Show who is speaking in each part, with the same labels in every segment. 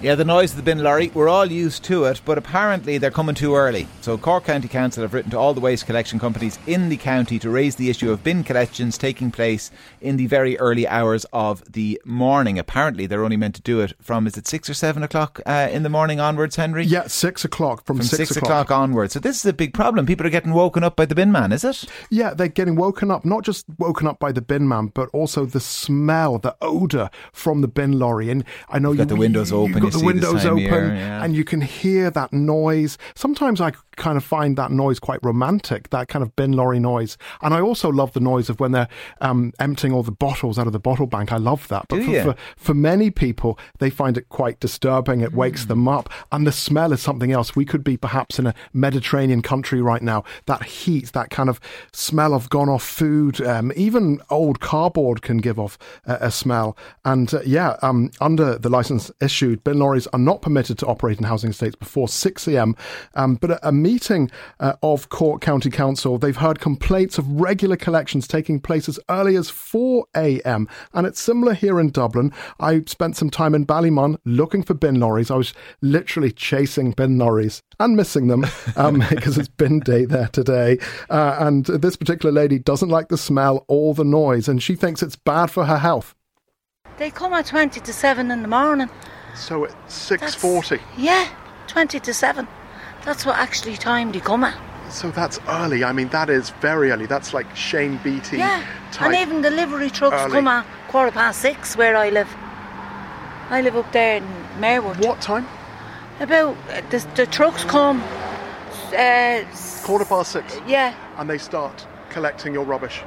Speaker 1: Yeah, the noise of the bin lorry, we're all used to it, but apparently they're coming too early. So Cork County Council have written to all the waste collection companies in the county to raise the issue of bin collections taking place in the very early hours of the morning. Apparently they're only meant to do it from, is it 6 or 7 o'clock uh, in the morning onwards, Henry?
Speaker 2: Yeah, six o'clock from,
Speaker 1: From 6 o'clock onwards. So this is a big problem. People are getting woken up by the bin man, is it?
Speaker 2: Yeah, they're getting woken up, not just woken up by the bin man, but also the smell, the odor from the bin lorry. And I know you've
Speaker 1: got the windows open,
Speaker 2: you've
Speaker 1: you see
Speaker 2: got the
Speaker 1: this
Speaker 2: windows
Speaker 1: time of
Speaker 2: open,
Speaker 1: year, yeah.
Speaker 2: and you can hear that noise. Sometimes I kind of find that noise quite romantic, that kind of bin lorry noise. And I also love the noise of when they're um, emptying all the bottles out of the bottle bank. I love that. But
Speaker 1: Do
Speaker 2: for,
Speaker 1: you?
Speaker 2: for for many people, they find it quite disturbing. It wakes them up, and the smell is something else. We could be perhaps in a Mediterranean country right now. That heat, that kind of smell of gone off food, um, even old cardboard can give off a, a smell. And uh, yeah, um, under the license issued, bin lorries are not permitted to operate in housing estates before 6 a.m. Um, but at a meeting uh, of Cork County Council, they've heard complaints of regular collections taking place as early as 4 a.m. And it's similar here in Dublin. I spent some time in Ballymun looking for bin lorries. I was literally chasing bin lorries and missing them um, because it's bin day there today. Uh, and this particular lady doesn't like the smell or the noise, and she thinks it's bad for her health.
Speaker 3: They come at 20 to 7 in the morning.
Speaker 2: So at
Speaker 3: That's- Yeah, 20 to 7. That's what actually time they come at.
Speaker 2: So that's early. I mean, that is very early. That's like Shane Beatty
Speaker 3: yeah. And even delivery trucks
Speaker 2: early.
Speaker 3: come at quarter past 6 where I live. I live up there in Marewood.
Speaker 2: time?
Speaker 3: About uh, the, the trucks come. Uh, s-
Speaker 2: past six.
Speaker 3: Yeah,
Speaker 2: And they start collecting your rubbish.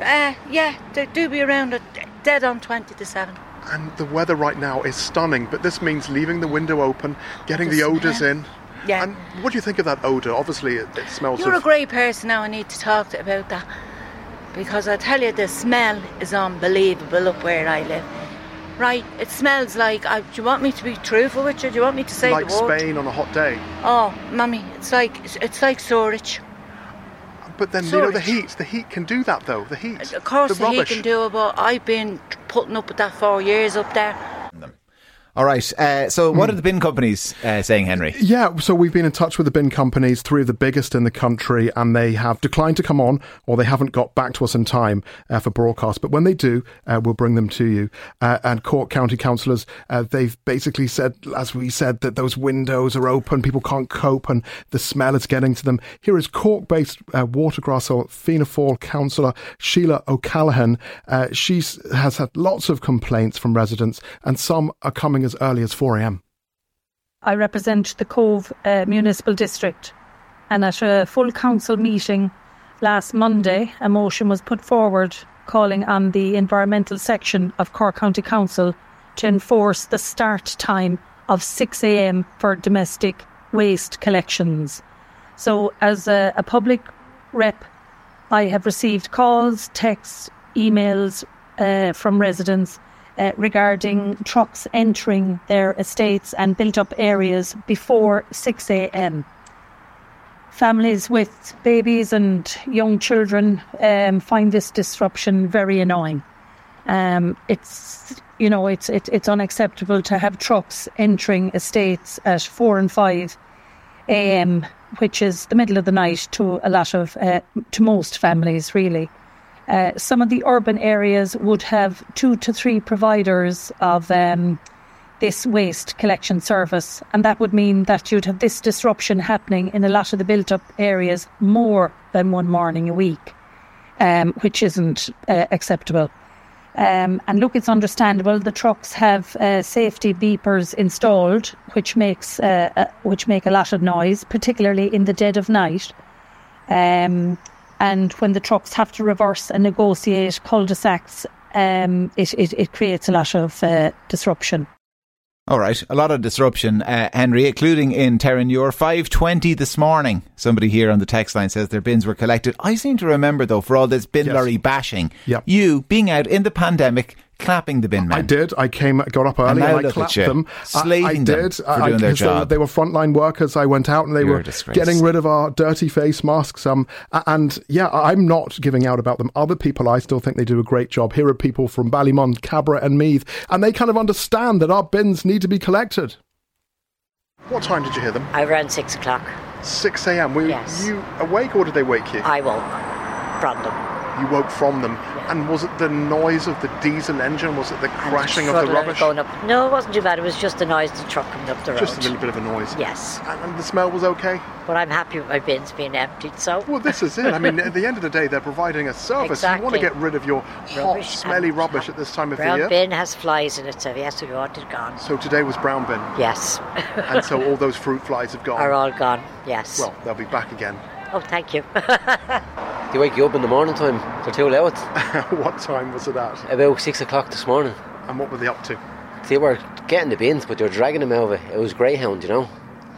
Speaker 3: uh, yeah, they do be around at dead on 20 to 7.
Speaker 2: And the weather right now is stunning, but this means leaving the window open, getting the,
Speaker 3: The
Speaker 2: odours
Speaker 3: smell.
Speaker 2: in.
Speaker 3: Yeah.
Speaker 2: And what do you think of that odour? Obviously, it, it smells
Speaker 3: You're a
Speaker 2: of.
Speaker 3: great person now, I need to talk to about that. Because I tell you, the smell is unbelievable up where I live. Right, it smells like. Uh, do you want me to be truthful with you? Do you want me to say
Speaker 2: like
Speaker 3: the word?
Speaker 2: Spain on a hot day.
Speaker 3: Oh, mummy, it's like it's, it's like Sorich.
Speaker 2: But then, you know, the
Speaker 3: Sorry.
Speaker 2: heat. The heat can do that, though. The heat.
Speaker 3: Of course,
Speaker 2: the
Speaker 3: the heat
Speaker 2: rubbish.
Speaker 3: can do it, but I've been putting up with that for years up there.
Speaker 1: All right. Uh, so what are the bin companies uh, saying, Henry?
Speaker 2: Yeah, so we've been in touch with the bin companies, three of the biggest in the country, and they have declined to come on or they haven't got back to us in time uh, for broadcast. But when they do, uh, we'll bring them to you. Uh, and Cork County councillors, uh, they've basically said, as we said, that those windows are open, people can't cope, and the smell is getting to them. Here is Cork based uh, Watergrass or Fianna Fáil councillor Sheila O'Callaghan. Uh, she has had lots of complaints from residents, and some are coming as early as 4 a.m.
Speaker 4: I represent the Cove uh, Municipal District. And at a full council meeting last Monday, a motion was put forward calling on the environmental section of Cork County Council to enforce the start time of 6am for domestic waste collections. So, as a, a public rep, I have received calls, texts, emails uh, from residents uh, regarding trucks entering their estates and built up areas before 6 a.m. Families with babies and young children um, find this disruption very annoying. Um, it's you know it's it, it's unacceptable to have trucks entering estates at four and five a.m., which is the middle of the night to a lot of uh, to most families really. Uh, some of the urban areas would have two to three providers of um, this waste collection service, and that would mean that you'd have this disruption happening in a lot of the built up areas more than one morning a week, um, which isn't uh, acceptable. Um, and look, it's understandable. The trucks have uh, safety beepers installed, which makes uh, uh, which make a lot of noise, particularly in the dead of night. Um, and when the trucks have to reverse and negotiate cul-de-sacs, um, it, it, it creates a lot of uh, disruption.
Speaker 1: All right, a lot of disruption, uh, Henry, including in Terranure. Five twenty this morning. Somebody here on the text line says their bins were collected. I seem to remember though, for all this bin
Speaker 2: Yes.
Speaker 1: lorry bashing,
Speaker 2: Yep.
Speaker 1: you being out in the pandemic, clapping the bin men.
Speaker 2: I did. I came, got up early,
Speaker 1: now
Speaker 2: and I
Speaker 1: look at
Speaker 2: clapped
Speaker 1: you,
Speaker 2: them. I- I,
Speaker 1: slaving them
Speaker 2: did.
Speaker 1: for
Speaker 2: I,
Speaker 1: doing their
Speaker 2: 'cause they were-
Speaker 1: job.
Speaker 2: They were frontline workers. I went out and they
Speaker 1: You're a
Speaker 2: were
Speaker 1: disgrace.
Speaker 2: getting rid of our dirty face masks. Um, a- and yeah, I- I'm not giving out about them. Other people, I still think they do a great job. Here are people from Ballymond, Cabra, and Meath, and they kind of understand that our bins need to be collected. What time did you hear them?
Speaker 5: Around six o'clock,
Speaker 2: Six a.m. Were
Speaker 5: Yes. you
Speaker 2: awake, or did they wake you?
Speaker 5: I woke from them.
Speaker 2: You woke from them, and was it the noise of the diesel engine? Was it the
Speaker 5: and struggling Going up. No, it wasn't too bad. It was just the noise of the truck coming up the road.
Speaker 2: bit of a noise.
Speaker 5: Yes,
Speaker 2: And the smell was okay.
Speaker 5: but I'm happy with my bins being emptied. So
Speaker 2: Well, this is it. I mean, at the end of the day, they're providing a service. You want to
Speaker 5: Exactly.
Speaker 2: get rid of your hot,
Speaker 5: Rubbish
Speaker 2: smelly
Speaker 5: and-
Speaker 2: rubbish at this time of the uh,
Speaker 5: brown
Speaker 2: year.
Speaker 5: bin has flies in it, so yes, we want it gone.
Speaker 2: So today was brown bin,
Speaker 5: Yes,
Speaker 2: and so all those fruit flies have gone.
Speaker 5: are all gone. Yes.
Speaker 2: Well, they'll be back again.
Speaker 5: oh, thank you.
Speaker 6: They wake you up in the morning time. Uh, They're too loud.
Speaker 2: what time was it at?
Speaker 6: About six o'clock this morning.
Speaker 2: And what were they up to?
Speaker 6: They were getting the bins, but they were dragging them over. It was Greyhound, you know.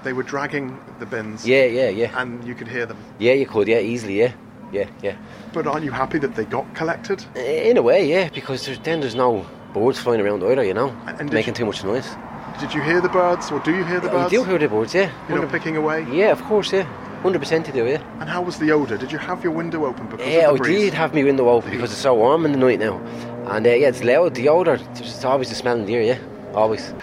Speaker 2: They were dragging the bins.
Speaker 6: Yeah, yeah, yeah.
Speaker 2: And you could hear them.
Speaker 6: Yeah, you could. Yeah, easily. Yeah, yeah, yeah.
Speaker 2: But aren't you happy that they got collected?
Speaker 6: In a way, yeah, because there's, then there's no birds flying around either, you know,
Speaker 2: And did
Speaker 6: making
Speaker 2: you-
Speaker 6: too much noise.
Speaker 2: Did you hear the birds, or do you hear the
Speaker 6: You
Speaker 2: birds?
Speaker 6: do hear the birds, yeah.
Speaker 2: You know, picking away.
Speaker 6: Yeah, of course, yeah. Hundred percent, you do, yeah.
Speaker 2: And how was the odour? Did you have your window open because
Speaker 6: Yeah,
Speaker 2: of
Speaker 6: I
Speaker 2: the breeze?
Speaker 6: did have my window open because it's so warm in the night now, and uh, yeah, it's loud. The odor, there's always the smell in the air, yeah, always.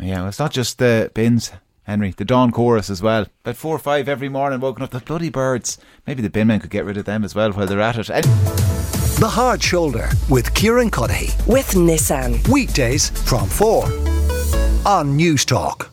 Speaker 1: Yeah, well, it's not just the bins, Henry. The dawn chorus as well. About four or five every morning, woken up the bloody birds. Maybe the bin men could get rid of them as well while they're at it. And
Speaker 7: The Hard Shoulder with Kieran Cuddihy.
Speaker 8: with Nissan.
Speaker 7: Weekdays from 4 on News Talk.